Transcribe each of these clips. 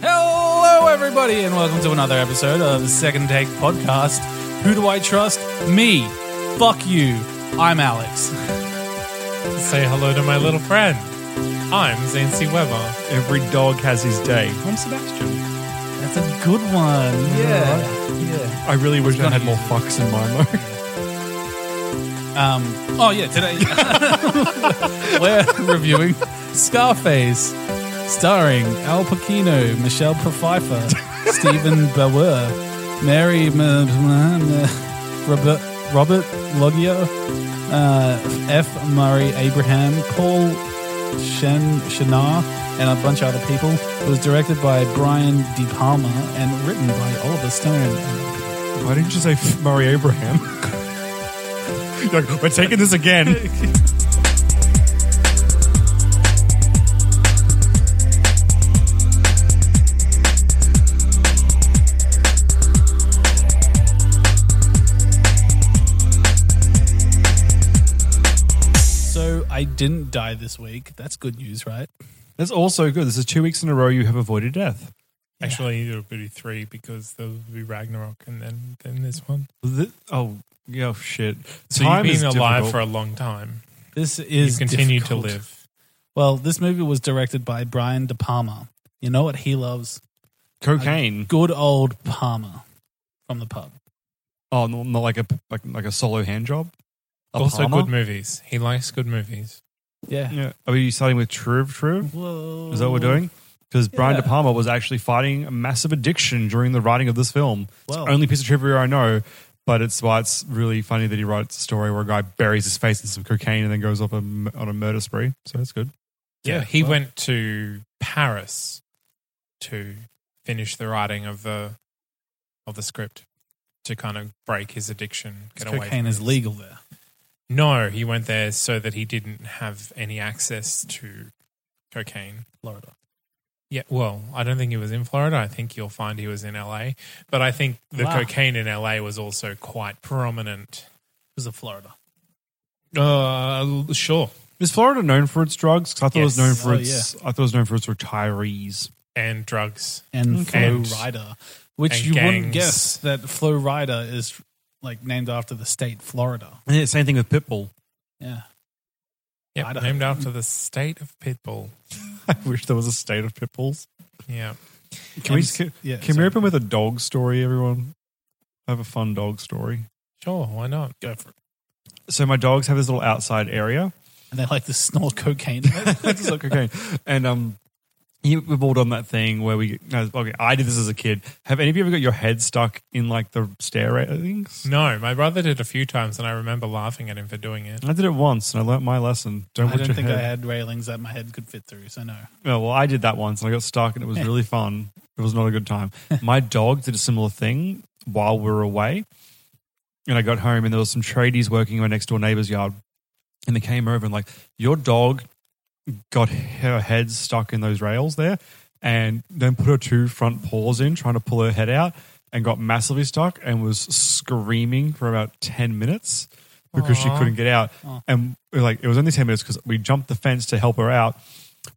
Hello, everybody, and welcome to another episode of the Second Take Podcast. Who do I trust? Me. Fuck you. I'm Alex. Say hello to my little friend. I'm Zancy Weber. Every dog has his day. I'm Sebastian. That's a good one. Yeah. Yeah. I really wish I gonna had more use- fucks in mine though. Um, oh, yeah, today we're reviewing Scarface, starring Al Pacino, Michelle Pfeiffer, Stephen Bauer, Mary, M- M- M- Robert, Robert Loggia, uh, F. Murray Abraham, Paul Shen, Shinar, and a bunch of other people. It was directed by Brian De Palma and written by Oliver Stone. Why didn't you say F- Murray Abraham? You're like, We're taking this again. So I didn't die this week. That's good news, right? That's also good. This is two weeks in a row you have avoided death. Actually, it'll be three because there'll be Ragnarok and then then this one. Th- oh, yeah, shit. So Time you've is been alive difficult. for a long time. This You is continue difficult. to live. Well, this movie was directed by Brian De Palma. You know what he loves? cocaine. Good old Palmer from the pub. Oh, no- not like a like, like a solo hand job. A also, palmer? good movies. He likes good movies. Yeah. Yeah. Are we starting with Truv? Truv? Whoa. Is that what we're doing? Because Brian Yeah. De Palma was actually fighting a massive addiction during the writing of this film. It's Wow. the Oh. only piece of trivia I know, but it's why it's really funny that he writes a story where a guy buries his face in some cocaine and then goes off a, m- on a murder spree. So that's good. Yeah, Yeah, he well. went to Paris to finish the writing of the of the script to kind of break his addiction. Get away. Cocaine from is it. legal there. No, he went there so that he didn't have any access to cocaine. Florida. Yeah, well, I don't think he was in Florida. I think you'll find he was in LA. But I think the Wow. cocaine in LA was also quite prominent. It was a Florida. Uh, sure. Is Florida known for its drugs? 'Cause I thought Yes. it was known for Oh, its. I thought it was known for its retirees. And drugs. And Okay. Flo Rida. Which And you wouldn't gangs. guess that Flo Rida is like named after the state Florida. And yeah, same thing with Pitbull. Yeah. Yep, Idaho. named after the state of Pitbull. I wish there was a state of Pitbulls. Yeah. Can we? And- Can, yeah, can we sorry. open with a dog story, everyone? I have a fun dog story. Sure, why not? Go for it. So my dogs have this little outside area And they like to snort cocaine. It's like cocaine. And um, you, we've all done that thing where we. No, okay, I did this as a kid. Have any of you ever got your head stuck in like the stair railings? No, my brother did a few times and I remember laughing at him for doing it. I did it once, and I learnt my lesson. Don't I put don't your think head. I had railings that my head could fit through, so no. No, well, I did that once, and I got stuck, and it was really fun. It was not a good time. my dog did a similar thing while we were away, and I got home, and there was some tradies working in my next door neighbor's yard, and they came over and like, your dog got her head stuck in those rails there, and then put her two front paws in trying to pull her head out, and got massively stuck, and was screaming for about ten minutes because she couldn't get out, and like it was only ten minutes because we jumped the fence to help her out.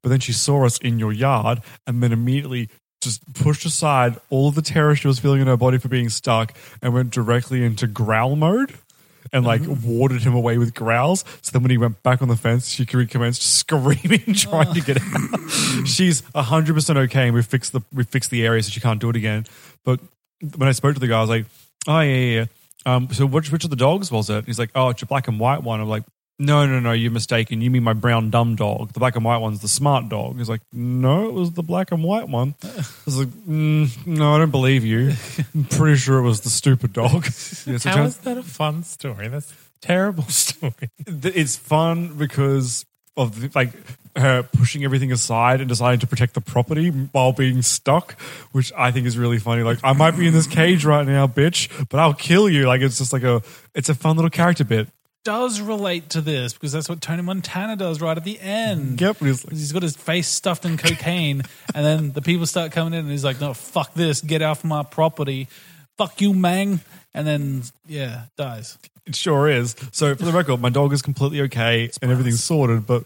But then she saw us in your yard and then immediately just pushed aside all of the terror she was feeling in her body for being stuck and went directly into growl mode and like warded him away with growls. So then when he went back on the fence, she recommenced screaming, trying to get out. She's 100% okay and we fixed the, we fixed the area so she can't do it again. But when I spoke to the guy, I was like, oh, yeah, yeah, yeah. Um, so which, which of the dogs was it? And he's like, oh, it's your black and white one. I'm like, no, no, no, you're mistaken. You mean my brown dumb dog. The black and white one's the smart dog. He's like, no, it was the black and white one. I was like, mm, no, I don't believe you. I'm pretty sure it was the stupid dog. Yeah, so it How turns- is that a fun story? That's a terrible story. th- it's fun because of the, like her pushing everything aside and deciding to protect the property while being stuck, which I think is really funny. Like I might be in this cage right now, bitch, but I'll kill you. Like it's just like a it's a fun little character bit. does relate to this because that's what Tony Montana does right at the end. Yep, and he's like- He's got his face stuffed in cocaine, and then the people start coming in, and he's like, "No, fuck this! Get off my property! Fuck you, Mang!" And then, yeah, dies. It sure is. So for the record, my dog is completely okay and everything's sorted, but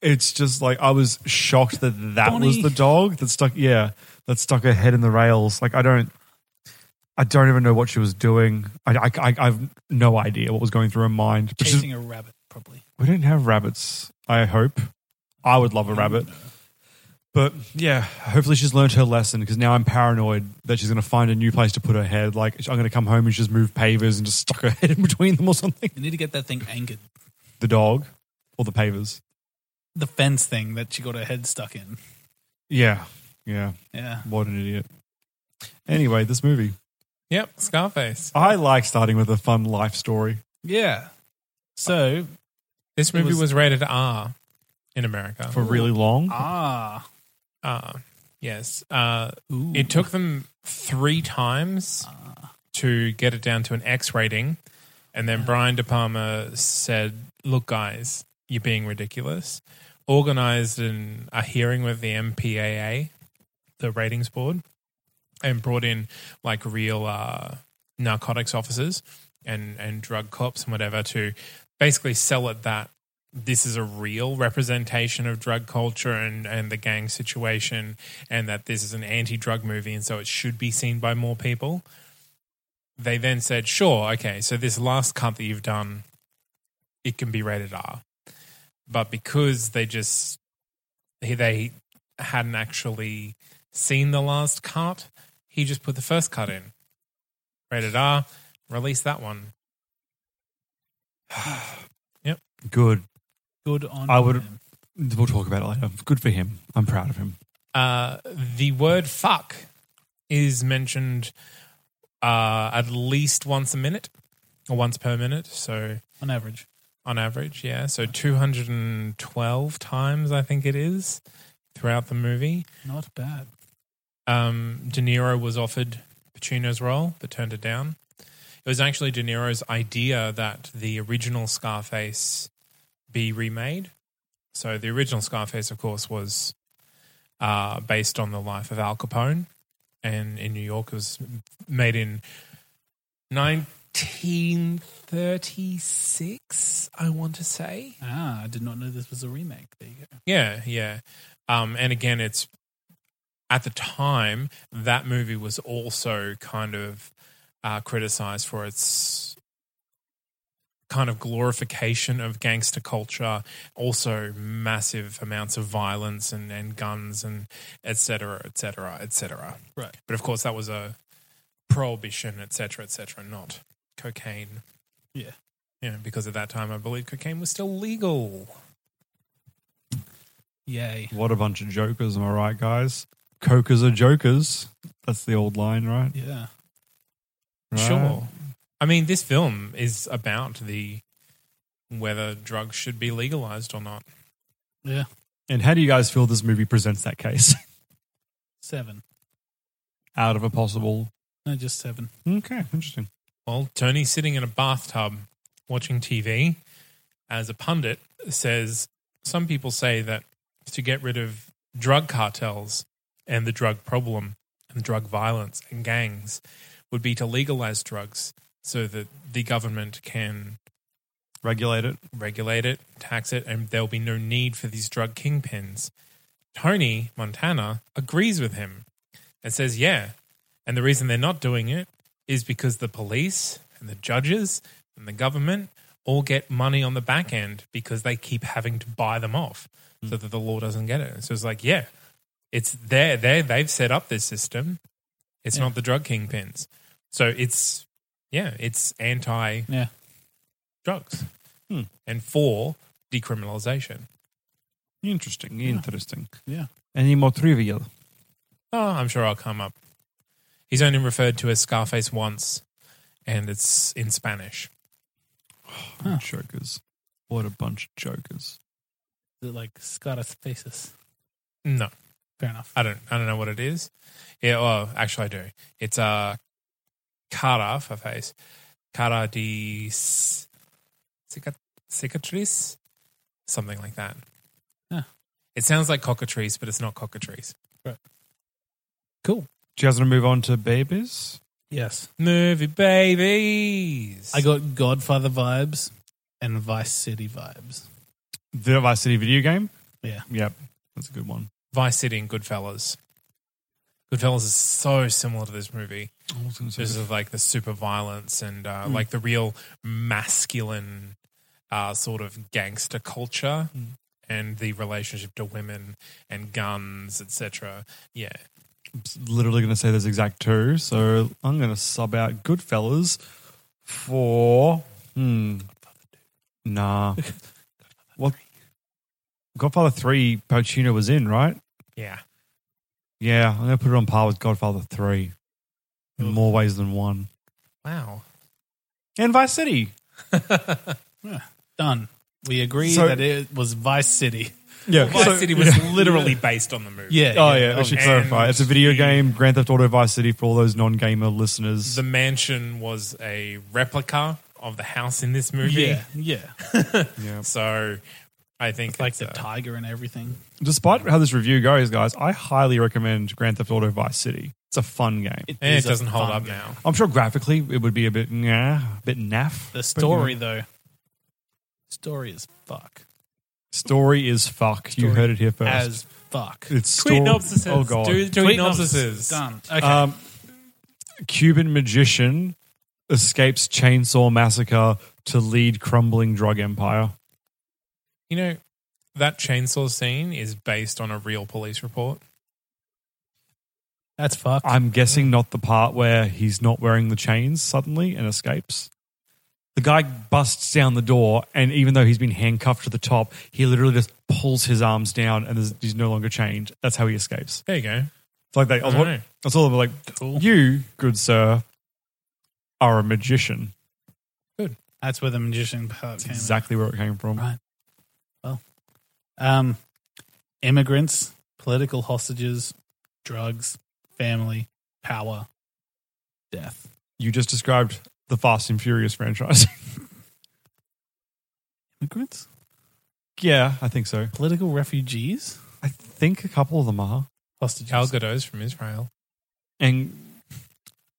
it's just like I was shocked that that was Bonnie. the dog that stuck. Yeah, that stuck her head in the rails. Like I don't, I don't even know what she was doing. I, I, I, I have no idea what was going through her mind. Which is, Chasing a rabbit, probably. we don't have rabbits. I hope. I would love a rabbit. But yeah, hopefully she's learned her lesson because now I'm paranoid that she's going to find a new place to put her head. Like I'm going to come home and she's moved pavers and just stuck her head in between them or something You need to get that thing anchored. the dog or the pavers. The fence thing that she got her head stuck in. Yeah, yeah. Yeah. What an idiot. Anyway, this movie. Yep, Scarface. I like starting with a fun life story. Yeah. So, This movie was- was, rated R in America. For really long. ah, uh, yes. Uh, Ooh. it took them three times to get it down to an X rating. And then Brian De Palma said, Look, guys, you're being ridiculous. Organized an, a hearing with the MPAA, the ratings board, and brought in like real uh, narcotics officers and, and drug cops and whatever to basically sell it that this is a real representation of drug culture and, and the gang situation, and that this is an anti drug movie, and so it should be seen by more people. They then said, sure, okay, so this last cut that you've done, it can be rated R. But because they just, he- they hadn't actually seen the last cut, he just put the first cut in. Rated R, release that one. Good. good on I would- him. We'll talk about it later. Good for him. I'm proud of him. Uh, the word fuck is mentioned uh, at least once a minute or once per minute. So on average. on average, yeah. So 212 times, I think it is, throughout the movie. Not bad. Um, De Niro was offered Pacino's role, but turned it down. It was actually De Niro's idea that the original Scarface be remade. So the original Scarface, of course, was uh, based on the life of Al Capone, and in New York, it was made in 1936, I want to say. Ah, I did not know this was a remake. There you go. Yeah, yeah. Um, and again, it's at the time that movie was also kind of uh, criticized for its kind of glorification of gangster culture, also massive amounts of violence and, and guns and et cetera, et cetera, et cetera. Right. But of course, that was a prohibition, et cetera, et cetera, not cocaine. Yeah. Yeah, because at that time, I believe cocaine was still legal. Yay. What a bunch of jokers, am I right, guys? Cokers are jokers. That's the old line, right? Yeah. Right? Sure. I mean, this film is about the whether drugs should be legalized or not. Yeah. And how do you guys feel this movie presents that case Seven. out of a possible? No, just seven. Okay, interesting. Well, Tony sitting in a bathtub watching TV as a pundit says some people say that to get rid of drug cartels and the drug problem and drug violence and gangs would be to legalize drugs so that the government can Regulate it. regulate it, tax it, and there'll be no need for these drug kingpins. Tony Montana agrees with him and says, Yeah. And the reason they're not doing it is because the police and the judges and the government all get money on the back end because they keep having to buy them off so that the law doesn't get it. So it's like, Yeah, it's there. They they've set up this system. It's Yeah. not the drug kingpins. So it's yeah, it's anti Yeah. drugs. Hmm. And four, decriminalization. Interesting, interesting. Yeah. Any more trivial? Oh, I'm sure I'll come up. He's only referred to as Scarface once, and it's in Spanish. Jokers. What a bunch of jokers. Is it like scartathesis? No, Fair enough. I don't. I don't know what it is. Yeah. Well, actually, I do. It's uh, cara for face, cara de s- cica- cicatrice, something like that. Huh. It sounds like cockatrice, but it's not cockatrice. Cool. Do you guys want to move on to babies? Yes. Movie babies. I got Godfather vibes and Vice City vibes. The Vice City video game? Yeah. Yep. That's a good one. Vice City and Goodfellas. Goodfellas is so similar to this movie. This is like the super violence and uh, like the real masculine uh, sort of gangster culture and the relationship to women and guns, etc. Yeah, literally going to say there's exact two, so I'm going to sub out Goodfellas for hmm, nah. what? Godfather Three, Pacino was in, right? yeah. Yeah, I'm going to put it on par with Godfather Three in more ways than one. Wow. And Vice City. Done. We agree So- that it was Vice City. Yeah, Vice City was literally based on the movie. Yeah. Oh yeah, I should And- clarify. It's a video game, Grand Theft Auto Vice City, for all those non-gamer listeners. The mansion was a replica of the house in this movie. Yeah. Yeah. yeah. So I think Like it's the a- tiger and everything. Despite how this review goes, guys, I highly recommend Grand Theft Auto Vice City. It's a fun game. Eh, it is a doesn't hold fun up game. now. I'm sure graphically it would be a bit yeah, a bit naff. The but, story, you know, though, story is fuck. story is fuck. you Story heard it here first. As fuck. it's Tweet story. Nopsis. Oh god, Do, do Tweet Nopsises. Done. Okay. um, Cuban magician escapes chainsaw massacre to lead crumbling drug empire. You know, that chainsaw scene is based on a real police report. That's fuck. I'm guessing not the part where he's not wearing the chains suddenly and escapes. The guy busts down the door, and even though he's been handcuffed to the top, he literally just pulls his arms down, and there's- he's no longer chained. That's how he escapes. There you go. It's like they. I was, Alright. I was all about like, you, good sir, are a magician. That's where the magician part came. in. Exactly where it came from. Right. Um, immigrants, political hostages, drugs, family, power, death. You just described the Fast and Furious franchise. Immigrants, yeah, I think so. political refugees, I think a couple of them are. hostages. Al Gadot's from Israel. And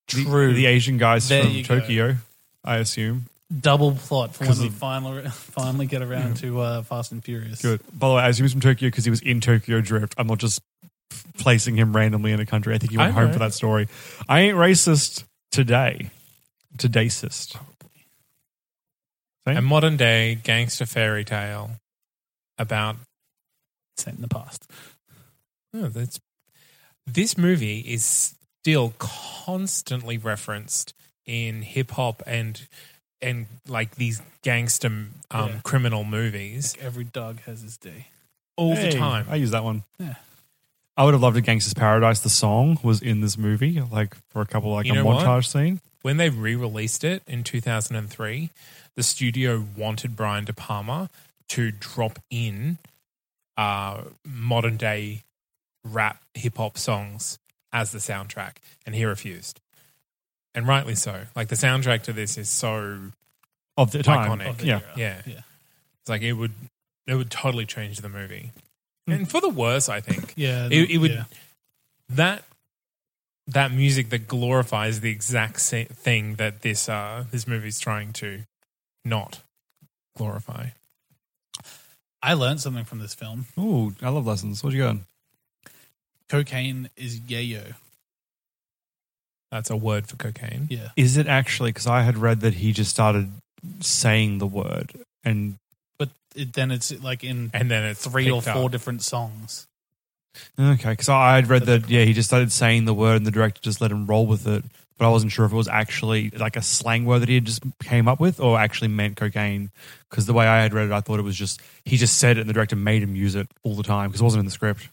the- True. the, Asian guys There from you go. Tokyo, I assume. Double plot for when 'Cause we of- finally finally get around to uh, Fast and Furious. Good. By the way, I assume he's from Tokyo because he was in Tokyo Drift. I'm not just placing him randomly in a country. I think he went I home know. for that story. I ain't racist today. Todaycist. A modern day gangster fairy tale about Set in the past. oh, that's this movie is still constantly referenced in hip hop and and like these gangster um, Yeah. criminal movies Every dog has his day. all Hey, the time. I use that one. Yeah. I would have loved a Gangster's Paradise. The song was in this movie, like for a couple, like You a know what? montage scene. when they re-released it in 2003 the studio wanted brian de palma to drop in uh, modern day rap hip-hop songs as the soundtrack and he refused and rightly so like the soundtrack to this is so Of the time. Iconic. Of the yeah. yeah Yeah. it's like it would it would totally change the movie and for the worse i think Yeah, it, it would yeah. that that music that glorifies the exact same thing that this uh this movie's trying to not glorify. I learned something from this film. Ooh, I love lessons. What you got? Cocaine is yayo. That's a word for cocaine. Yeah, Is it actually? Because I had read that he just started saying the word and but it, then it's like in And then it's three or picked four up. different songs. Okay, because I had read that, yeah, he just started saying the word and the director just let him roll with it. But I wasn't sure if it was actually like a slang word that he had just came up with or actually meant cocaine. Because the way I had read it, I thought it was just, he just said it and the director made him use it all the time because it wasn't in the script.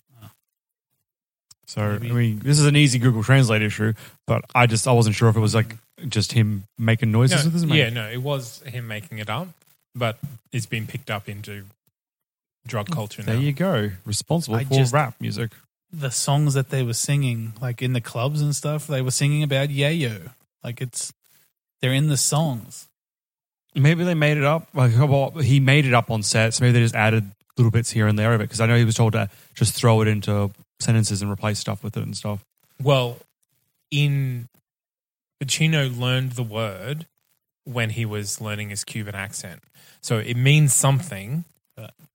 So, Maybe. I mean, this is an easy Google Translate issue, but I just, I wasn't sure if it was like just him making noises with his No, mouth. yeah, no, it was him making it up, but it's been picked up into drug culture now. There you go. Responsible I for just- rap music. the songs that they were singing, like in the clubs and stuff, they were singing about yayo. Like it's they're in the songs. Maybe they made it up. Like, well, he made it up on set, so maybe they just added little bits here and there of it. Because I know he was told to just throw it into sentences and replace stuff with it and stuff. Well, in Pacino learned the word when he was learning his Cuban accent. So it means something,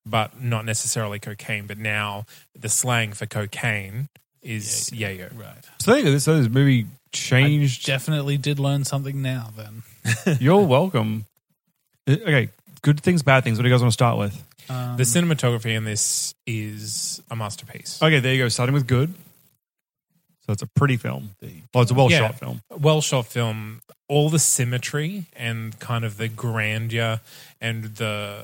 but not necessarily cocaine. But now the slang for cocaine is yayo. Right. So there you go. So this movie changed. Definitely did learn something now then. You're welcome. Uh, Okay, good things, bad things. What do you guys want to start with? Um, The cinematography in this is a masterpiece. Okay, there you go. Starting with good. So it's a pretty film. Well, it's a well Yeah. shot film. well shot film. All the symmetry and kind of the grandeur and the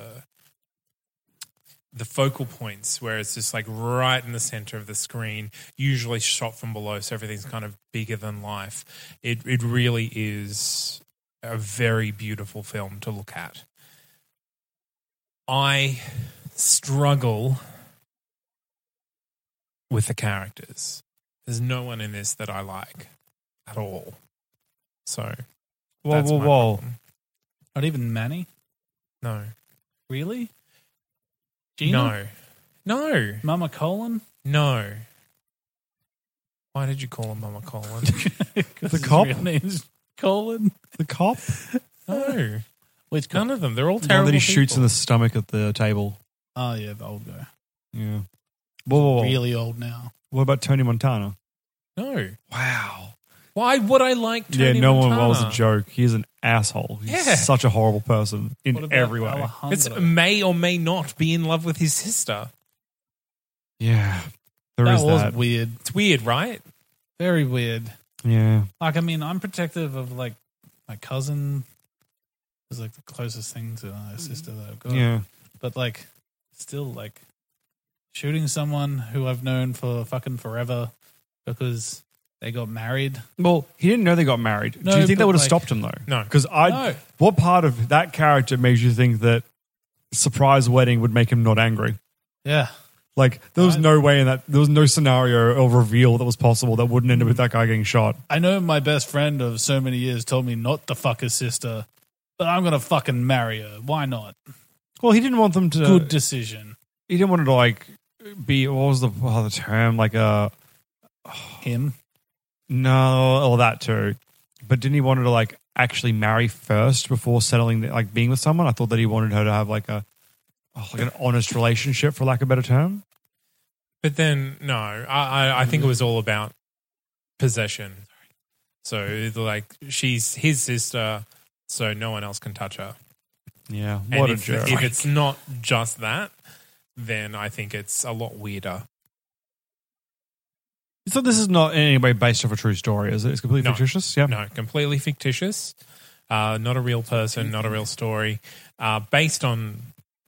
the focal points where it's just like right in the center of the screen, usually shot from below, so everything's kind of bigger than life. It it really is a very beautiful film to look at. I struggle with the characters. There's no one in this that I like at all. So Whoa, that's whoa, my whoa. problem. not even Manny, No, really? Gina? no, no, Mama Colin? no. Why did you call him Mama Colin? The cop? His real name's Colin. The cop? no, Which none of them. They're all The one terrible. that he shoots in people. the stomach at the table. Oh yeah, the old guy. Yeah. Whoa, whoa, whoa. Really old now. What about Tony Montana? No. Wow. Why would I like Tony yeah, no Montana? one well, was a joke. He's an asshole. He's Yeah. such a horrible person What in about every way. Alejandro? It's uh, may or may not be in love with his sister. Yeah. there that is was that. weird. It's weird, right? Very weird. Yeah. Like I mean, I'm protective of like my cousin is like the closest thing to my sister that I've got. Yeah. But like still like shooting someone who I've known for fucking forever because they got married. Well, he didn't know they got married. No, Do you think but that would have like- stopped him though? No. Because I No. what part of that character makes you think that surprise wedding would make him not angry? Yeah. Like there was I- no way in that there was no scenario or reveal that was possible that wouldn't end up with that guy getting shot. I know my best friend of so many years told me not to fuck his sister, but I'm gonna fucking marry her. Why not? Well, he didn't want them to Good decision. he didn't want it to like be what was the oh, the term? Like uh Him. no or that too. But didn't he want her to like actually marry first before settling like being with someone? I thought that he wanted her to have like a oh, like an honest relationship for lack of a better term. But then no, I I, I think it was all about possession. So like she's his sister, so no one else can touch her. Yeah. And What a if, jerk. if it's not just that, then I think it's a lot weirder. So this is not in any way based off a true story, is it? It's completely No. fictitious. Yeah. No, completely fictitious. Uh, not a real person, not a real story. Uh, based on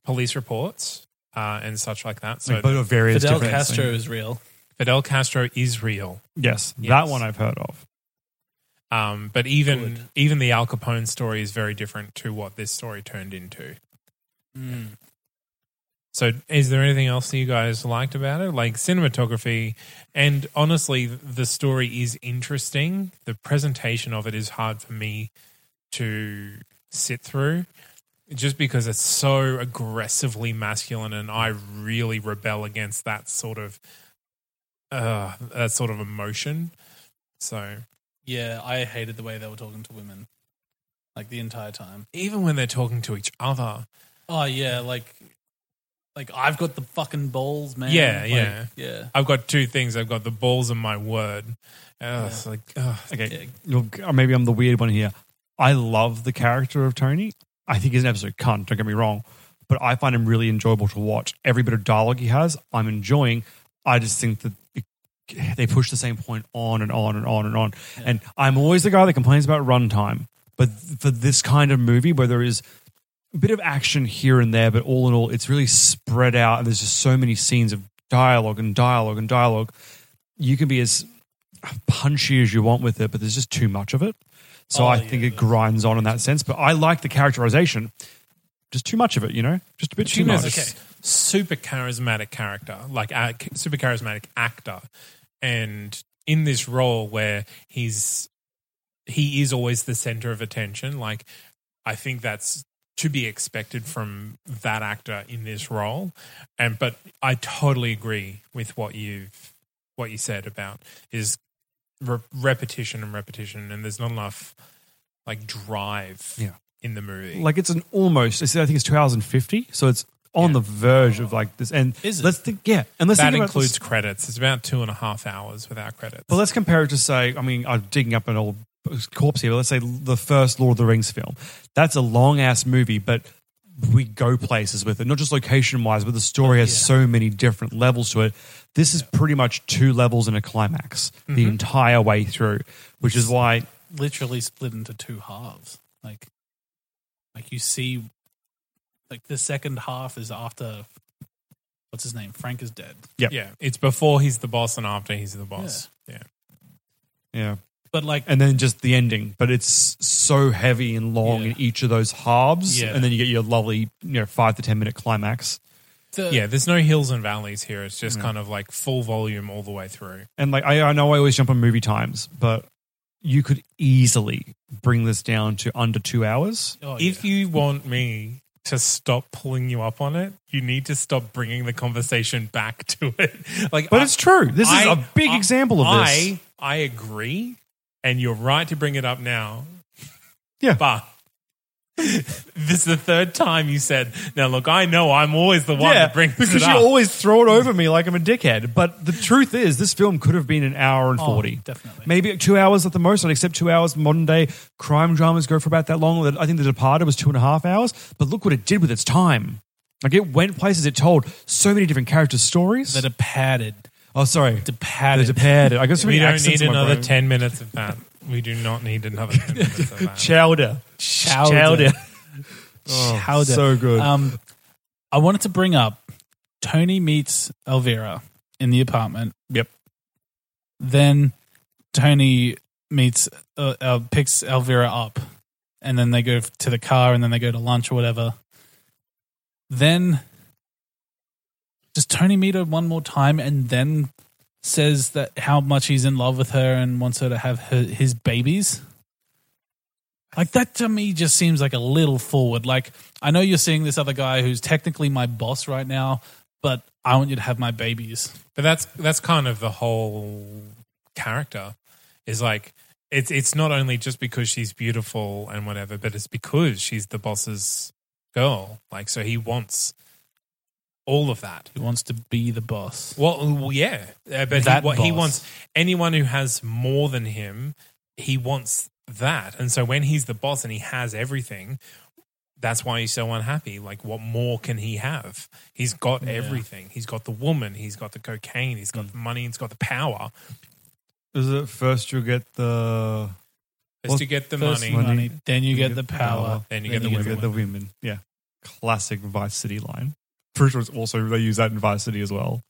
police reports uh, and such like that. So Like, but of various Fidel different Castro is real. Fidel Castro is real. Yes, that Yes. one I've heard of. Um, but even Good. even the Al Capone story is very different to what this story turned into. Mm. So, is there anything else that you guys liked about it? Like cinematography, and honestly, the story is interesting. The presentation of it is hard for me to sit through just because it's so aggressively masculine, and I really rebel against that sort of. Uh, that sort of emotion. So Yeah, I hated the way they were talking to women, like the entire time. even when they're talking to each other, Oh yeah, like, like I've got the fucking balls, man. Yeah, Like, yeah. yeah. I've got two things. I've got the balls and my word. Uh, It's like, ugh. Okay, look, or maybe I'm the weird one here. I love the character of Tony. I think he's an absolute cunt. Don't get me wrong, but I find him really enjoyable to watch. Every bit of dialogue he has, I'm enjoying. I just think that it, they push the same point on and on and on and on. And I'm always the guy that complains about runtime, but for this kind of movie where there is a bit of action here and there, but all in all, it's really spread out, and there's just so many scenes of dialogue and dialogue and dialogue. You can be as punchy as you want with it, but there's just too much of it. So Oh, I yeah, think it grinds on in that sense. But I like the characterization, just too much of it, you know, just a bit too Tuna's much. s- super charismatic character, like a super charismatic actor, and in this role where he's he is always the center of attention. Like I think that's to be expected from that actor in this role. And but I totally agree with what you've what you said about is re- repetition and repetition, and there's not enough like drive Yeah. in the movie. Like it's an almost. It's, I think it's 2050, so it's on Yeah. the verge of like this. And Is it? let's think. Yeah, and let's that think about this- includes credits. It's about two and a half hours without credits. But let's compare it to say, I mean, I'm digging up an old corpse here, but let's say the first Lord of the Rings film. That's a long ass movie, but we go places with it, not just location wise, but the story has so many different levels to it. This is pretty much two levels and a climax the Mm-hmm. entire way through, which is why literally split into two halves. Like, like you see, like the second half is after what's his name? Frank is dead. Yep. yeah, it's before he's the boss and after he's the boss. Yeah, yeah, But like, and then just the ending. But it's so heavy and long Yeah. in each of those halves, Yeah. and then you get your lovely, you know, five to ten minute climax. the, yeah. there's no hills and valleys here. It's Mm. just kind of like full volume all the way through. and like I, I know I always jump on movie times, but you could easily bring this down to under two hours. oh, if you want me to stop pulling you up on it, you need to stop bringing the conversation back to it. Like, But I- it's true. This is I- a big I- example of this. I I agree, and you're right to bring it up now. Yeah. but. this is the third time you said. Now, look, I know I'm always the one that brings because it you up. always throw it over me like I'm a dickhead. But the truth is, this film could have been an hour and Oh, forty, definitely. maybe two hours at the most. I'd accept two hours. Modern day crime dramas go for about that long. I think The Departed was two and a half hours. But look what it did with its time. Like it went places. It told so many different characters' stories. that are padded, oh, sorry, padded. The Departed. I guess we don't need another 10 minutes of that. We do not need another 10 minutes of that. Chowder. Chowder. Chowder. Oh, so good. Um, I wanted to bring up Tony meets Elvira in the apartment. Yep. Then Tony meets, uh, uh, picks Elvira up, and then they go to the car, and then they go to lunch or whatever. Then does Tony meet her one more time, and then says that how much he's in love with her and wants her to have her, his babies? Like that to me just seems like a little forward. Like I know you're seeing this other guy who's technically my boss right now, but I want you to have my babies. But that's that's kind of the whole character is like it's it's not only just because she's beautiful and whatever, but it's because she's the boss's girl. Like so he wants all of that. He wants to be the boss. Well, well, yeah, Uh, but he, That what he boss. wants anyone who has more than him, he wants that. And so when he's the boss and he has everything, that's why he's so unhappy. Like, what more can he have? He's got everything. He's got the woman. He's got the cocaine. He's got Mm. the money. He's got the power. Is it first you get the Is Well, to get the First money. money, then you get the power. Then you get the women. women. Yeah, classic Vice City line. Pretty sure it's also they use that in Vice City as well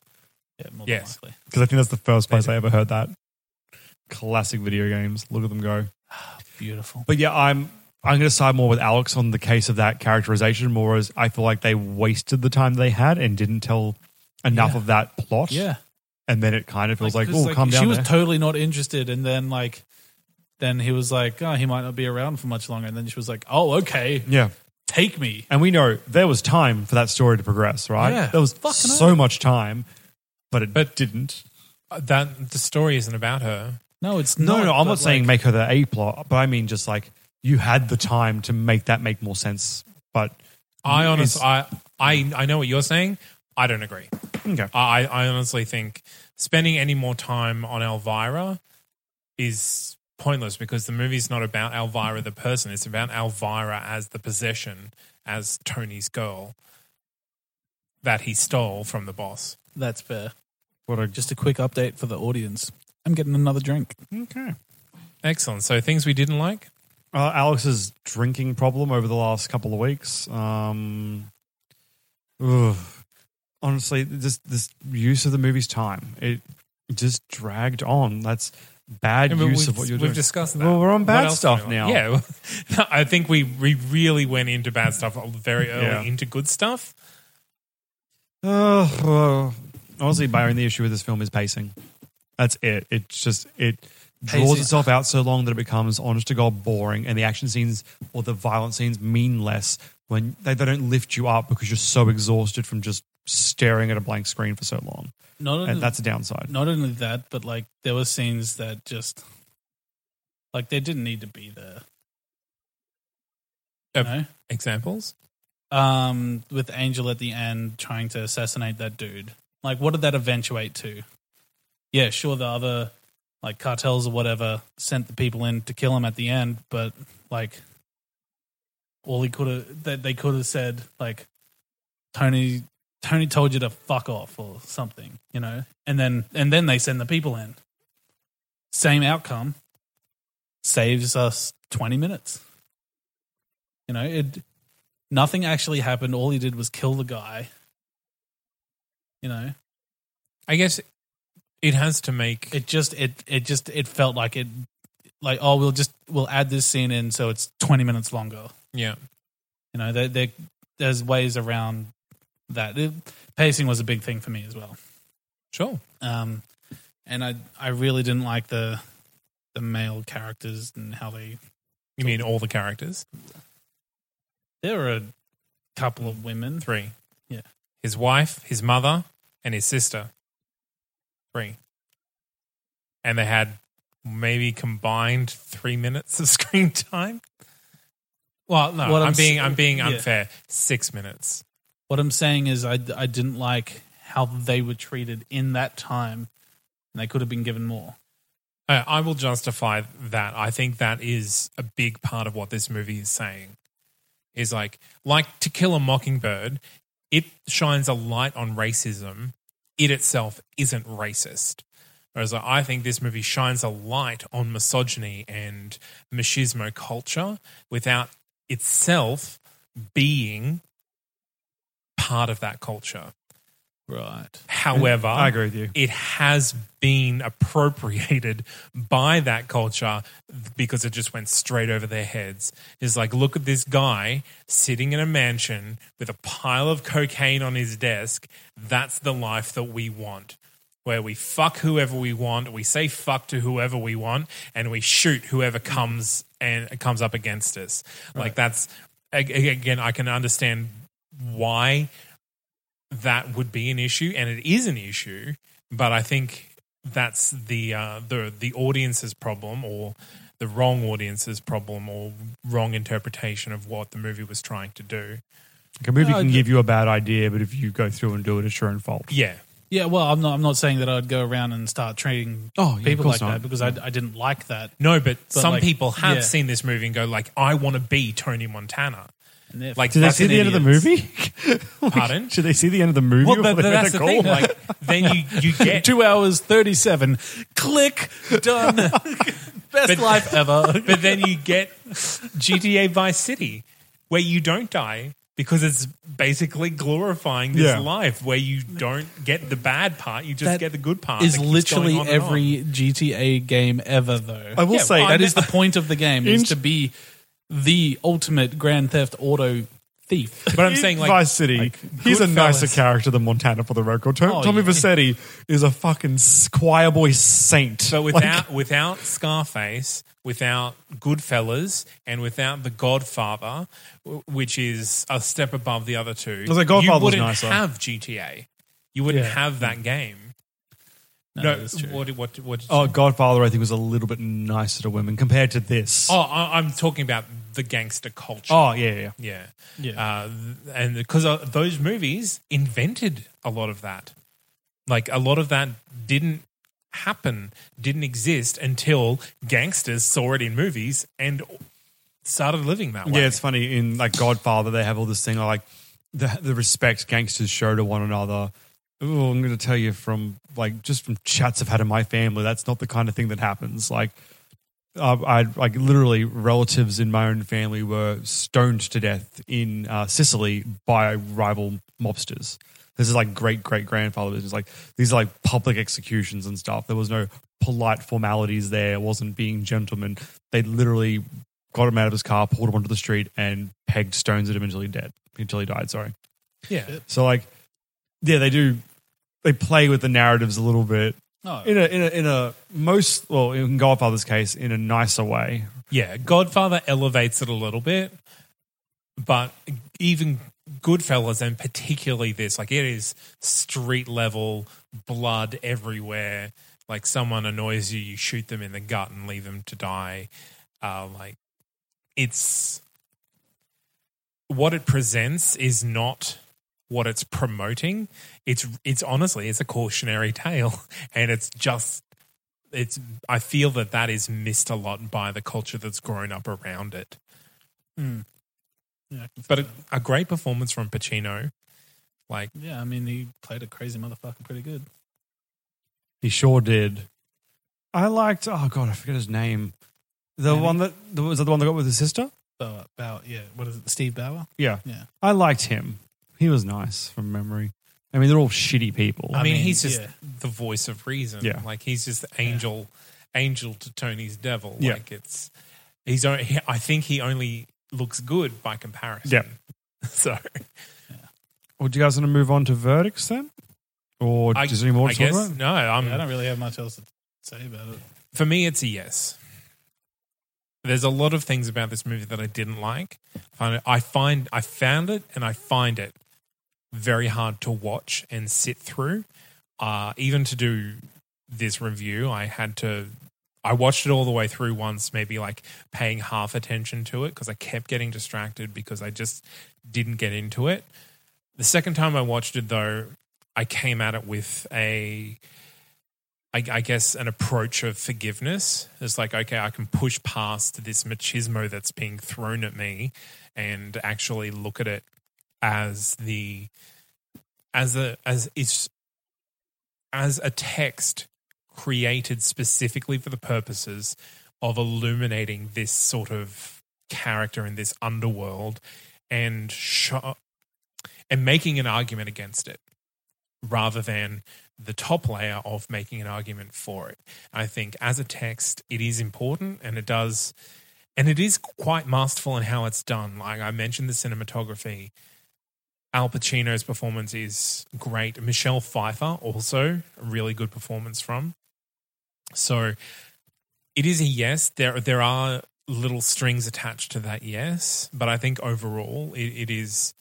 Yeah, more Yes. than likely. because I think that's the first place They do. I ever heard that. Classic video games. Look at them go. Beautiful. But yeah, I'm I'm going to side more with Alex on the case of that characterization more as I feel like they wasted the time they had and didn't tell enough Yeah. of that plot. Yeah. and then it kind of feels like, 'cause, oh, calm down. She was there." totally not interested, and then like, then he was like, oh, he might not be around for much longer, and then she was like, oh, okay, yeah. take me. And we know there was time for that story to progress, right? Yeah. there was Fucking so much time, but it but didn't. Uh, That the story isn't about her. No, it's No, not, no, I'm but, not saying like, make her the A plot, but I mean just like you had the time to make that make more sense. But I It's- honestly, I, I, I know what you're saying. I don't agree. okay, I, I honestly think spending any more time on Elvira is pointless because the movie's not about Elvira the person. It's about Elvira as the possession, as Tony's girl that he stole from the boss. that's fair. what I Just a quick update for the audience. I'm getting another drink. okay. Excellent. So things we didn't like. Uh, Alex's drinking problem over the last couple of weeks. Um, ugh. honestly, this this use of the movie's time it just dragged on. That's bad Yeah, but use we've- of what you're we've doing. discussed that. Well, we're on What bad else stuff do we now. like? Yeah. No, I think we, we really went into bad stuff very early Yeah. into good stuff. Uh, well, honestly, my only issue with this film is pacing. That's it. It's just it draws Pacing. itself out so long that it becomes honest to god boring, and the action scenes or the violent scenes mean less when they, they don't lift you up because you're so exhausted from just staring at a blank screen for so long. Not And only, that's a downside. not only that, but like there were scenes that just like they didn't need to be there. You Uh, know? Examples? um, with Angel at the end trying to assassinate that dude. Like, what did that eventuate to? Yeah, sure, the other like cartels or whatever sent the people in to kill him at the end, but like, all he could have that they could have said like, Tony, Tony told you to fuck off or something, you know, and then and then they send the people in. Same outcome saves us twenty minutes. You know, it nothing actually happened. All he did was kill the guy. You know, I guess it has to make it just it it just it felt like it like oh we'll just we'll add this scene in so it's twenty minutes longer. yeah. You know, there, there there's ways around that. It, pacing was a big thing for me as well. Sure. Um, and I I really didn't like the the male characters and how they You mean all the characters? there were a couple of women. Three. Yeah. His wife, his mother, and his sister. Three. And they had maybe combined three minutes of screen time. Well, no, What I'm, I'm being s- I'm being yeah. unfair. Six minutes. What I'm saying is, I, I didn't like how they were treated in that time, and they could have been given more. I, Uh, I will justify that. I think that is a big part of what this movie is saying. Is like like To Kill a Mockingbird, it shines a light on racism. It itself isn't racist. Whereas I think this movie shines a light on misogyny and machismo culture without itself being part of that culture. Right. However, I agree with you. It has been appropriated by that culture because it just went straight over their heads. It's like, look at this guy sitting in a mansion with a pile of cocaine on his desk. That's the life that we want. Where we fuck whoever we want, we say fuck to whoever we want, and we shoot whoever comes and comes up against us. Like that's ag- ag- again, I can understand why that would be an issue, and it is an issue. But I think that's the uh, the the audience's problem, or the wrong audience's problem, or wrong interpretation of what the movie was trying to do. Like a movie No, can I- give you a bad idea, but if you go through and do it, it's your own fault. Yeah, Yeah. Well, I'm not. I'm not saying that I'd go around and start treating Oh, yeah, of people like course not. that because I, I didn't like that, no, but, some like, people have yeah. seen this movie and go like, "I want to be Tony Montana." and they're Like, Did they That's see an the end of the movie? Like, Pardon? Should they see the end of the movie? Well, but, before they that's get the call? thing. Like, then you you get two hours thirty seven. Click done. Best But- life ever. but then you get GTA Vice City, where you don't die because it's basically glorifying this Yeah. life where you don't get the bad part, you just That get the good part. Is that keeps going literally on and every GTA game ever though. I will Yeah, say well, That I'm- is the point of the game is In- to be the ultimate Grand Theft Auto thief. on. But I'm saying, like, Vice City. he's a Goodfellas. nicer character than Montana for the record. To- Oh, Tommy yeah. Vassetti is a fucking choir boy saint. but without without Scarface, without Goodfellas, and without The Godfather, w- which is a step above the other two, was like, you Godfather's wouldn't nicer. have GTA. You wouldn't Yeah. have that game. No, that's true. what what what? did you oh, Godfather, I think was a little bit nicer to women compared to this. Oh, I, I'm talking about the gangster culture. Oh, yeah, yeah, yeah. Yeah. Yeah. Uh, and because uh, those movies invented a lot of that. Like a lot of that didn't happen, didn't exist until gangsters saw it in movies and started living that way. Yeah, it's funny in like Godfather, they have all this thing like the the respect gangsters show to one another. Ooh, I'm going to tell you from like just from chats I've had in my family, that's not the kind of thing that happens. Like, I, I like literally relatives in my own family were stoned to death in uh, Sicily by rival mobsters. This is like great great grandfather business. Like these are like public executions and stuff. There was no polite formalities there. It wasn't being gentlemen. They literally got him out of his car, pulled him onto the street, and pegged stones at him until he dead until he died. Sorry. yeah. So like yeah, they do. They play with the narratives a little bit No. in a in a in a most well in Godfather's case in a nicer way. Yeah, Godfather elevates it a little bit, but even Goodfellas and particularly this, like it is street level, blood everywhere. Like someone annoys you, you shoot them in the gut and leave them to die. Uh, like it's what it presents is not what it's promoting. It's it's honestly it's a cautionary tale, and it's just it's I feel that that is missed a lot by the culture that's grown up around it. Yeah, I can But see a, a great performance from Pacino, like that. yeah, I mean, he played a crazy motherfucker pretty good. He sure did. I liked. Oh god, I forget his name. The Manny? one that the, was that the one that got with his sister. Bauer, Bauer, yeah. What is it? Steve Bauer? Yeah, Yeah. I liked him. He was nice from memory. I mean, they're all shitty people. I, mean, mean, he's just yeah. the voice of reason. Yeah. like he's just the angel, angel to Tony's devil. Yeah. Like it's he's only, he, I think he only looks good by comparison. Yeah. So Well, do you guys want to move on to verdicts then, or I, is there any more I to guess talk about? no. I'm Yeah, I don't really have much else to say about it. for me, it's a yes. There's a lot of things about this movie that I didn't like. Find it- I find I found it and I find it very hard to watch and sit through. Uh, even to do this review, I had to. I watched it all the way through once, maybe like paying half attention to it because I kept getting distracted because I just didn't get into it. The second time I watched it, though, I came at it with a I, I guess an approach of forgiveness. It's like, okay, I can push past this machismo that's being thrown at me and actually look at it as the as a as it's as a text created specifically for the purposes of illuminating this sort of character in this underworld and sho and making an argument against it rather than the top layer of making an argument for it. I think as a text, it is important and it does, and it is quite masterful in how it's done. Like I mentioned, the cinematography. Al Pacino's performance is great. Michelle Pfeiffer, also a really good performance from. So it is a yes. There, there are little strings attached to that yes, but I think overall it, it is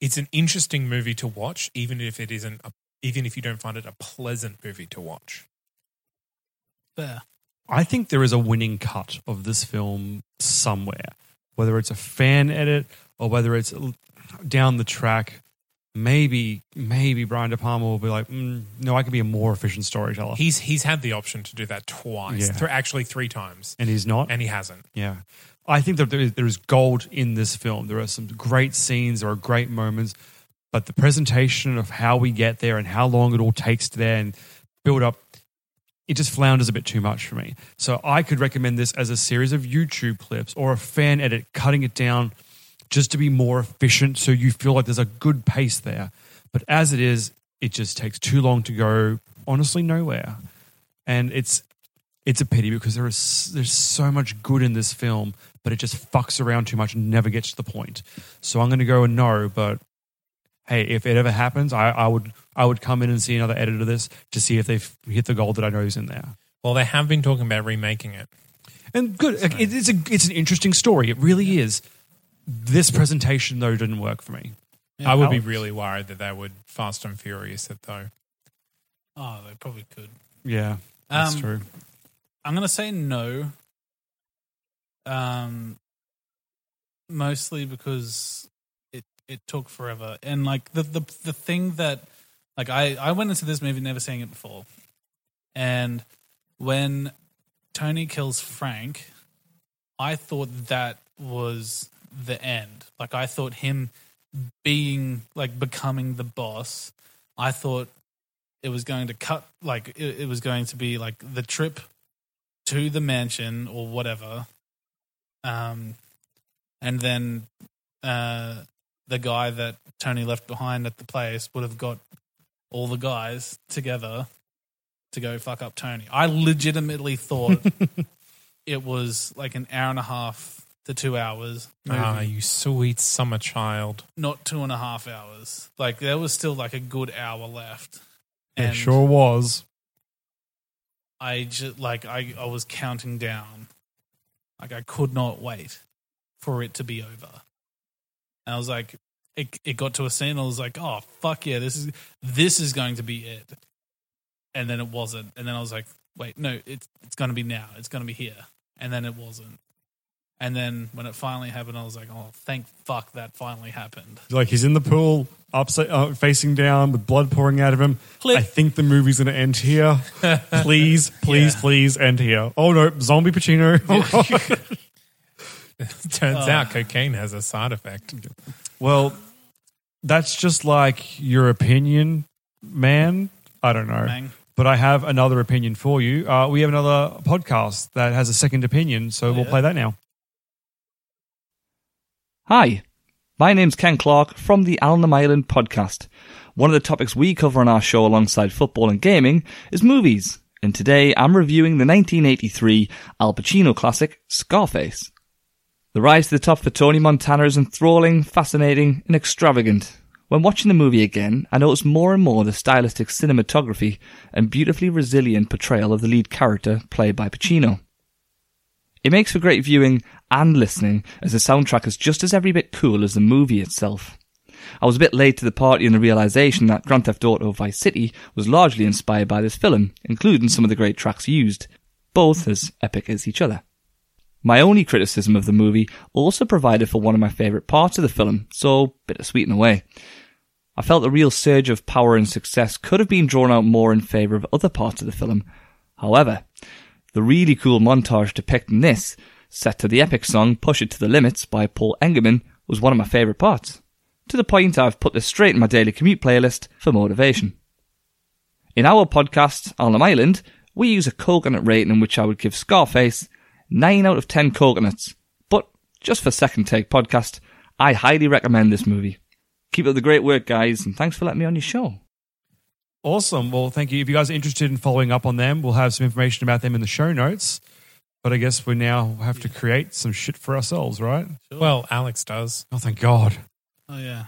it's an interesting movie to watch, even if it isn't a, even if you don't find it a pleasant movie to watch. Fair. I think there is a winning cut of this film somewhere, whether it's a fan edit or whether it's l- down the track. Maybe, maybe Brian De Palma will be like, mm, "No, I can be a more efficient storyteller," He's he's had the option to do that twice, Yeah. th- actually three times, and he's not. and he hasn't. Yeah. I think that there is, there is gold in this film. There are some great scenes, there are great moments, but the presentation of how we get there and how long it all takes to there and build up, it just flounders a bit too much for me. So I could recommend this as a series of YouTube clips or a fan edit, cutting it down just to be more efficient so you feel like there's a good pace there. But as it is, it just takes too long to go, honestly, nowhere. And it's it's a pity because there is there's so much good in this film, but it just fucks around too much and never gets to the point. So I'm going to go a no, but hey, if it ever happens, I, I would I would come in and see another edit of this to see if they've hit the goal that I know is in there. Well, they have been talking about remaking it. And good, like, it, it's a it's an interesting story. It really is. This presentation though didn't work for me. Yeah, I would be Alex. really worried that they would Fast and Furious it though. Oh, they probably could. Yeah, that's Um, true. I'm gonna say no. Um, mostly because it it took forever, and like the the the thing that like I I went into this movie never seeing it before, and when Tony kills Frank, I thought that was the end. Like I thought him being like becoming the boss. I thought it was going to cut like it, it was going to be like the trip to the mansion or whatever um and then uh the guy that tony left behind at the place would have got all the guys together to go fuck up tony i legitimately thought it was like an hour and a half the two hours movie, Ah, you sweet summer child. not two and a half hours. Like there was still like a good hour left. It sure was. I just like I, I was counting down. Like I could not wait for it to be over. And I was like it it got to a scene I was like, "Oh fuck yeah, this is this is going to be it." And then it wasn't. And then I was like, "Wait, no, it's it's going to be now. It's going to be here." And then it wasn't. And then when it finally happened, I was like, "Oh, thank fuck that finally happened." Like he's in the pool, upside uh, facing down, with blood pouring out of him. Click. I think the movie's going to end here. please, please, Yeah. please end here. Oh no, zombie Pacino. Oh, God. Turns Ah. out cocaine has a side effect. well, that's just like your opinion, man. I don't know. Mang. But I have another opinion for you. Uh, we have another podcast that has a second opinion, so we'll yeah? play that now. Hi, my name's Ken Clark from the Alnham Island podcast. One of the topics we cover on our show alongside football and gaming is movies, and today I'm reviewing the 1983 Al Pacino classic Scarface. The rise to the top for Tony Montana is enthralling, fascinating, and extravagant. When watching the movie again, I noticed more and more the stylistic cinematography and beautifully resilient portrayal of the lead character played by Pacino. It makes for great viewing and listening, as the soundtrack is just as every bit cool as the movie itself. I was a bit late to the party in the realization that Grand Theft Auto Vice City was largely inspired by this film, including some of the great tracks used, both as epic as each other. My only criticism of the movie also provided for one of my favourite parts of the film, so bittersweet in a way. I felt the real surge of power and success could have been drawn out more in favour of other parts of the film. However, the really cool montage depicting this, set to the epic song Push It to the Limits by Paul Engerman, was one of my favourite parts. To the point I've put this straight in my daily commute playlist for motivation. In our podcast, Alnham Island, we use a coconut rating in which I would give Scarface 9 out of 10 coconuts. But just for Second Take podcast, I highly recommend this movie. Keep up the great work, guys, and thanks for letting me on your show. Awesome. Well, thank you. If you guys are interested in following up on them, we'll have some information about them in the show notes. But I guess we now have to create some shit for ourselves, right? Well, Alex does. Oh, thank God. Oh yeah.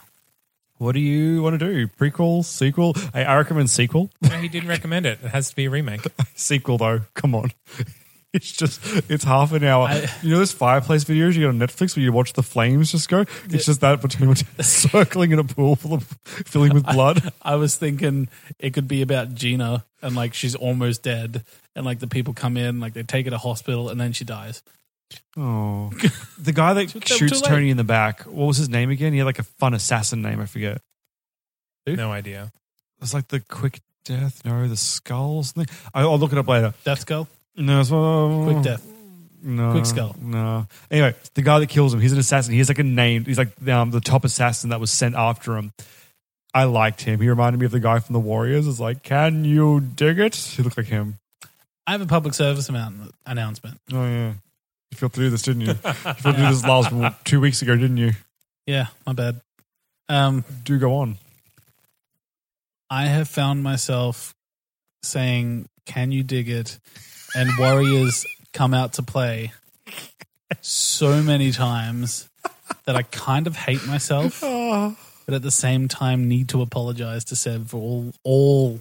What do you want to do? Prequel, sequel? I, I recommend sequel. No, he didn't recommend it. It has to be a remake. sequel, though. Come on. It's just, it's half an hour. you know those fireplace videos you get on Netflix where you watch the flames just go? It's just that between circling in a pool full of, filling with blood. I was thinking it could be about Gina and like she's almost dead and like the people come in, like they take her to hospital and then she dies. Oh. The guy that too shoots late. Tony in the back, what was his name again? He had like a fun assassin name, I forget. No idea. It's like the quick death. No, the skulls. thing. I, I'll look it up later. Death skull, No, it's, uh, quick death. No, quick skull. No. Anyway, the guy that kills him, he's an assassin. He's like a name. He's like um, the top assassin that was sent after him. I liked him. He reminded me of the guy from the Warriors. It's like, can you dig it? He looked like him. I have a public service amount announcement. Oh yeah. You felt to do this, didn't you? You felt to do this last two weeks ago, didn't you? Yeah, my bad. Um, Do go on. I have found myself saying, "Can you dig it?" and warriors come out to play so many times that I kind of hate myself, but at the same time need to apologize to Seb for all all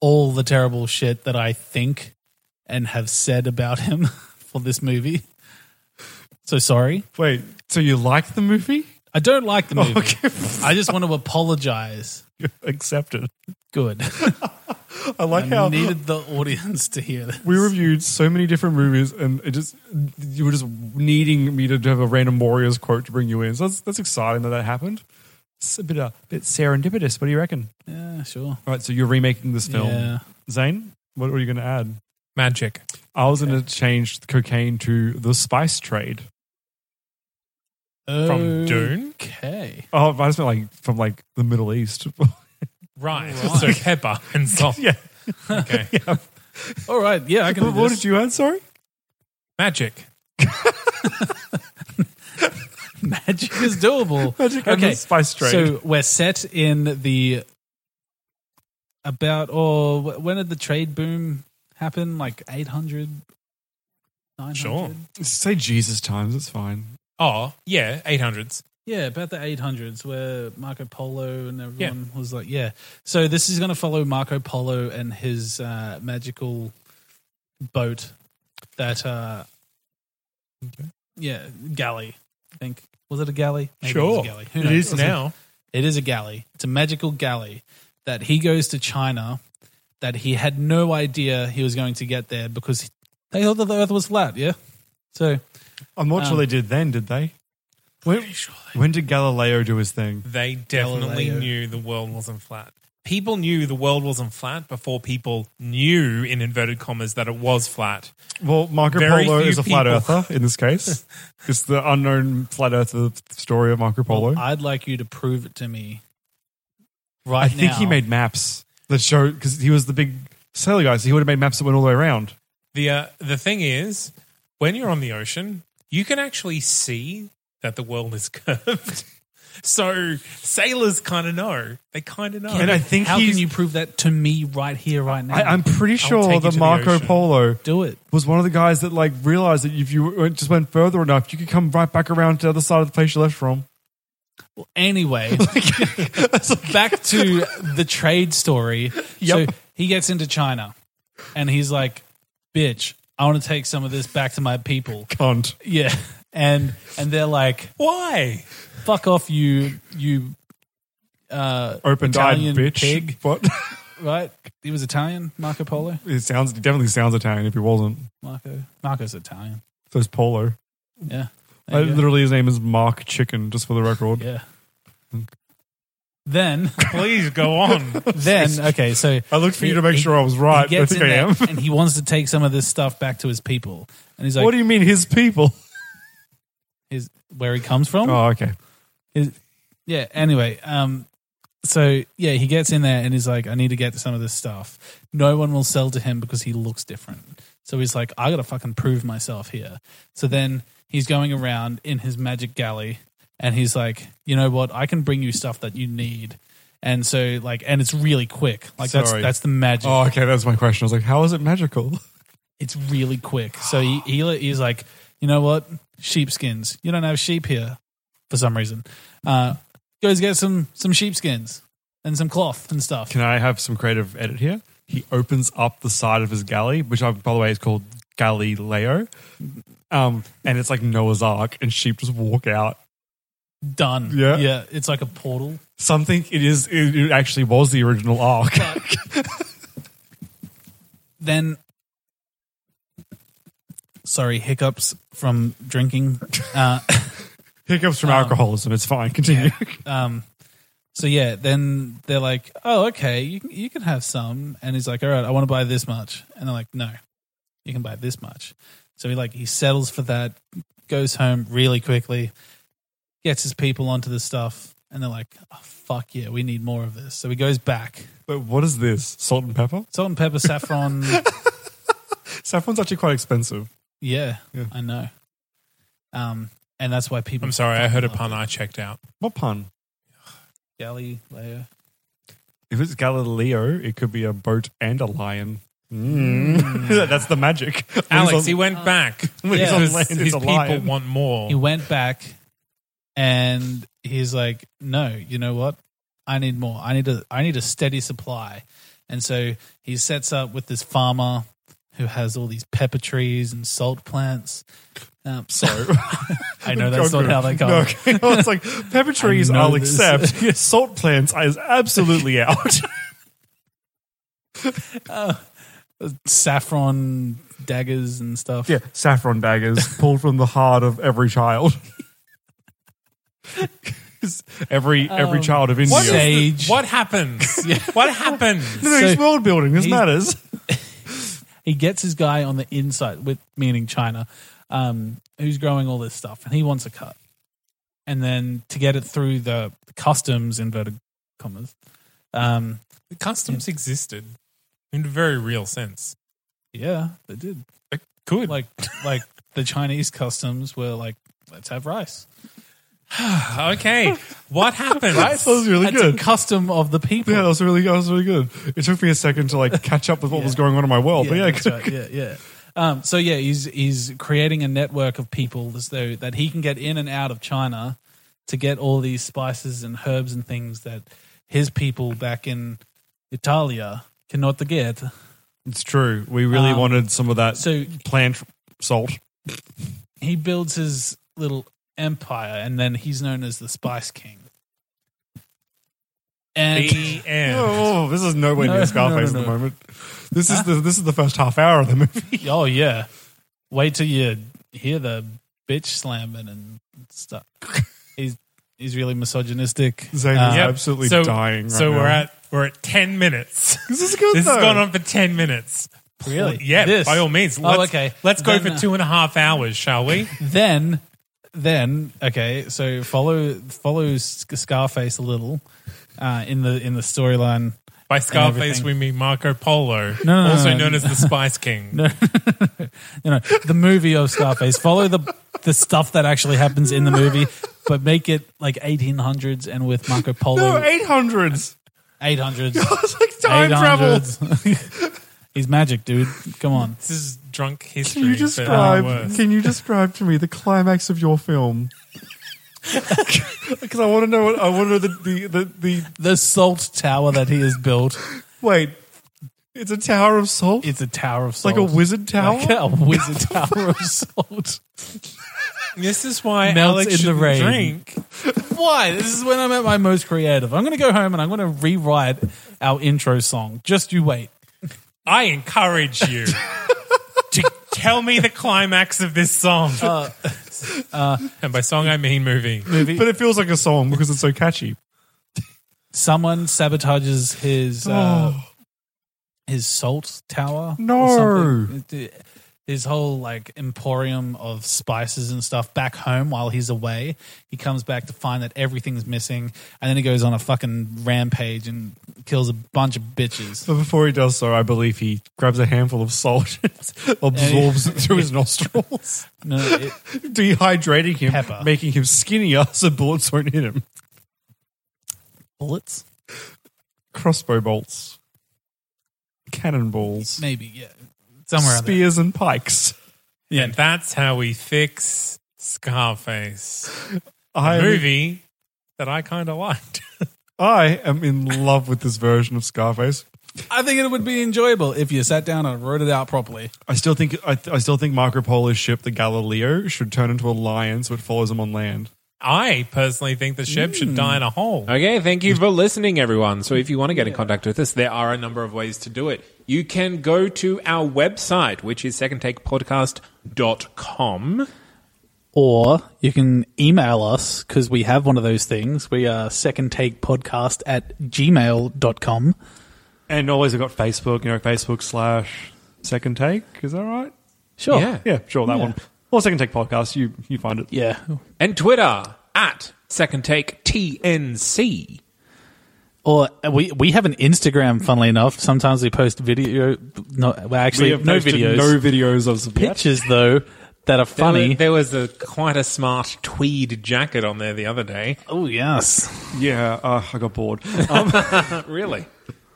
all the terrible shit that I think and have said about him for this movie. So sorry. Wait. So you like the movie? I don't like the movie. Okay. I just want to apologize. Accepted. Good. I like I how needed the audience to hear this. We reviewed so many different movies, and it just you were just needing me to have a random Warriors quote to bring you in. So that's that's exciting that that happened. It's a bit a bit serendipitous. What do you reckon? Yeah, sure. All right, so you're remaking this film, Yeah. Zane. What are you going to add? Magic. I was going to change the cocaine to the spice trade. From Dune? Okay. Oh, I just meant like from like the Middle East. Right. So pepper and salt. yeah. Okay. All right. Yeah, I can. But do what this. did you add? Sorry. Magic. Magic is doable. Magic and the spice trade. So we're set in the about or wh- when did the trade boom happen? Like eight hundred 900? Sure. Say Jesus times. It's fine. Oh, yeah, 800s. Yeah, about the 800s where Marco Polo and everyone was like, yeah. So this is going to follow Marco Polo and his uh, magical boat that, uh, yeah, galley, I think. Was it a galley? Maybe it was a Sure. galley. Who It knows? is now. It is a galley. It's a magical galley that he goes to China that he had no idea he was going to get there because they thought that the earth was flat, yeah? So I'm not Um, sure they did then, did they? When, when did Galileo do his thing? They definitely Galileo. knew the world wasn't flat. People knew the world wasn't flat before people knew, in inverted commas, that it was flat. Well, Marco Very Polo few is a flat people. earther in this case. it's the unknown flat earther story of Marco Polo. I'd like you to prove it to me right I think now. he made maps that show because he was the big sailor guy, so he would have made maps that went all the way around. The, uh, the thing is, when you're on the ocean, you can actually see that the world is curved. so sailors kind of know. They kind of know. And I think How he's. can you prove that to me right here, right now? I, I'm pretty sure take you that to the Marco ocean. Polo Do it. was one of the guys that like realized that if you went, just went further enough, you could come right back around to the other side of the place you left from. Well, anyway, back to the trade story. Yep. So he gets into China and he's like, bitch, I want to take some of this back to my people. Cunt. Yeah. And and they're like, Why? fuck off you you uh Open-eyed Italian bitch. pig. What? right? He was Italian, Marco Polo? It sounds it definitely sounds Italian if he wasn't. Marco Marco's Italian. So it's Polo. Yeah. There Uh, you go. literally, his name is Mark Chicken, just for the record. Yeah. Then Please go on. then okay, so I looked for you to make He- sure I was he right. but I gets think in I there am. and he wants to take some of this stuff back to his people. And he's like, what do you mean, his people? his, where he comes from. Oh, okay. His, yeah. Anyway, um, so yeah, he gets in there and he's like, I need to get some of this stuff. No one will sell to him because he looks different. So he's like, I gotta fucking prove myself here. So then he's going around in his magic galley and he's like, you know what? I can bring you stuff that you need. And so like, and it's really quick. Like Sorry. that's that's the magic. Oh, okay. That's my question. I was like, how is it magical? it's really quick. So he, he he's like, you know what, sheepskins. You don't have sheep here for some reason. Uh, goes get some some sheepskins and some cloth and stuff. Can I have some creative edit here? He opens up the side of his galley, which I, by the way is called Galileo, um, and it's like Noah's Ark, and sheep just walk out. Done. Yeah. yeah. It's like a portal. Something it is. It, it actually was the original Ark. Then, sorry, hiccups from drinking. Uh, Hiccups from alcoholism. It's fine. Continue. um, so yeah, then they're like, "Oh, okay, you can, you can have some." And he's like, "All right, I want to buy this much." And they're like, "No, you can buy this much." So he like he settles for that, goes home really quickly, gets his people onto the stuff, and they're like, oh, "Fuck yeah, we need more of this." So he goes back, But what is this? Salt and pepper? salt and pepper, saffron. Saffron's actually quite expensive. yeah, Yeah. I know. Um, and that's why people. I'm sorry, I heard a pun. I checked out. What pun? Galley layer. If it's Galileo, it could be a boat and a lion. Hmm. That's the magic. Alex, He's he on- went back. when he's Yeah. on Because land, his it's a people lion. want more. Uh, he went back and he's like no you know what i need more i need a i need a steady supply and so he sets up with this farmer who has all these pepper trees and salt plants um, so i know that's not how they go. come No, okay. I was like, pepper trees, know I'll this. accept. Salt plants is absolutely out. saffron daggers and stuff yeah, saffron daggers pulled from the heart of every child. every every child of India. What is the- Sage. what happens? What happens? No, no, he's So- world building. This he's- matters. he gets his guy on the inside with meaning China, um, who's growing all this stuff, and he wants a cut. And then to get it through the customs inverted commas, um, The customs existed in a very real sense. yeah, they did. Good. Like, like the Chinese customs were like, let's have rice. okay. What happens? That was really That's good. a custom of the people. Yeah, that was really, that was really good. It took me a second to like catch up with what was going on in my world, but yeah, that's right. yeah, yeah. Um, so yeah, he's he's creating a network of people as though that he can get in and out of China to get all these spices and herbs and things that his people back in Italia cannot get. It's true. We really Um, wanted some of that So plant salt. he builds his little empire, and then he's known as the Spice King. And The end. Oh, this is nowhere No, near Scarface no, no, at the no. moment. This is the this is the first half hour of the movie. oh yeah, wait till you hear the bitch slamming and stuff. he's he's really misogynistic. Zane Uh, is Yep. absolutely so, dying. Right so we're now. at we're at ten minutes. this is good. this though. has gone on for ten minutes. Really? Yeah. This? By all means. Oh, Let's, okay. Let's go Then, for uh, two and a half hours, shall we? then then okay so follow follow Sc- scarface a little uh in the in the storyline By Scarface, everything. we mean Marco Polo, No, no, also no, known as the Spice King. you know the movie of scarface follow the the stuff that actually happens in the movie but make it like 1800s and with marco no polo eight hundreds. 800s It's like time travel. 800s. he's magic dude come on This is drunk history. Can you but describe? worse. Can you describe to me the climax of your film? Because I want to know. What, I want to know the the, the the the salt tower that he has built wait. It's a tower of salt. it's a tower of like salt a wizard tower. like a wizard tower of salt This is why Melts Alex in the shouldn't rain. drink. Why? This is when I'm at my most creative. I'm going to go home and I'm going to rewrite our intro song. Just you wait. I encourage you to tell me the climax of this song. Uh, Uh, and by song, I mean movie. Movie. but it feels like a song because it's so catchy. Someone sabotages his Oh. uh, his salt tower. or No. something. His whole like emporium of spices and stuff back home while he's away. He comes back to find that everything's missing, and then he goes on a fucking rampage and kills a bunch of bitches. But before he does so, I believe he grabs a handful of salt, and absorbs it through his nostrils, No, it, dehydrating him, Pepper. making him skinnier so bullets won't hit him. bullets? Crossbow bolts, cannonballs, Maybe yeah, somewhere around there. spears, and pikes. And that's how we fix Scarface. I A am, movie that I kind of liked. I am in love with this version of Scarface. I think it would be enjoyable if you sat down and wrote it out properly. I still think I, I still think Marco Polo's ship, the Galileo, should turn into a lion so it follows him on land. I personally think the ship Hmm. should die in a hole. Okay, thank you for listening, everyone. So, if you want to get in contact with us, there are a number of ways to do it. You can go to our website, which is secondtakepodcast.com. Or you can email us because we have one of those things. We are second take podcast at gmail.com. And always I've got Facebook, you know, Facebook slash second take. Is that right? Sure. Yeah. Yeah, sure, that Yeah. one. Or second take podcast, you you find it. Yeah. And Twitter at Second Take TNC. Or uh, we we have an Instagram, funnily enough. Sometimes we post video. No, well, actually, no posted videos. No videos of yet. pictures, though, that are funny. There was a Quite a smart tweed jacket on there the other day. oh, yes. Yeah, uh, I got bored. Uh, really.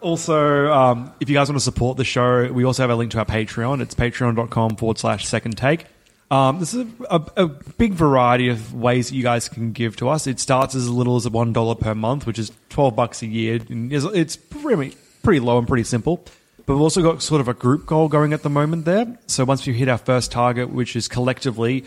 Also, um, if you guys want to support the show, we also have a link to our Patreon. It's patreon.com forward slash second take. Um, this is a, a, a big variety of ways that you guys can give to us. It starts as little as $1 per month, which is 12 bucks a year. And it's, it's pretty, pretty low and pretty simple. But we've also got sort of a group goal going at the moment there. So once we hit our first target, which is collectively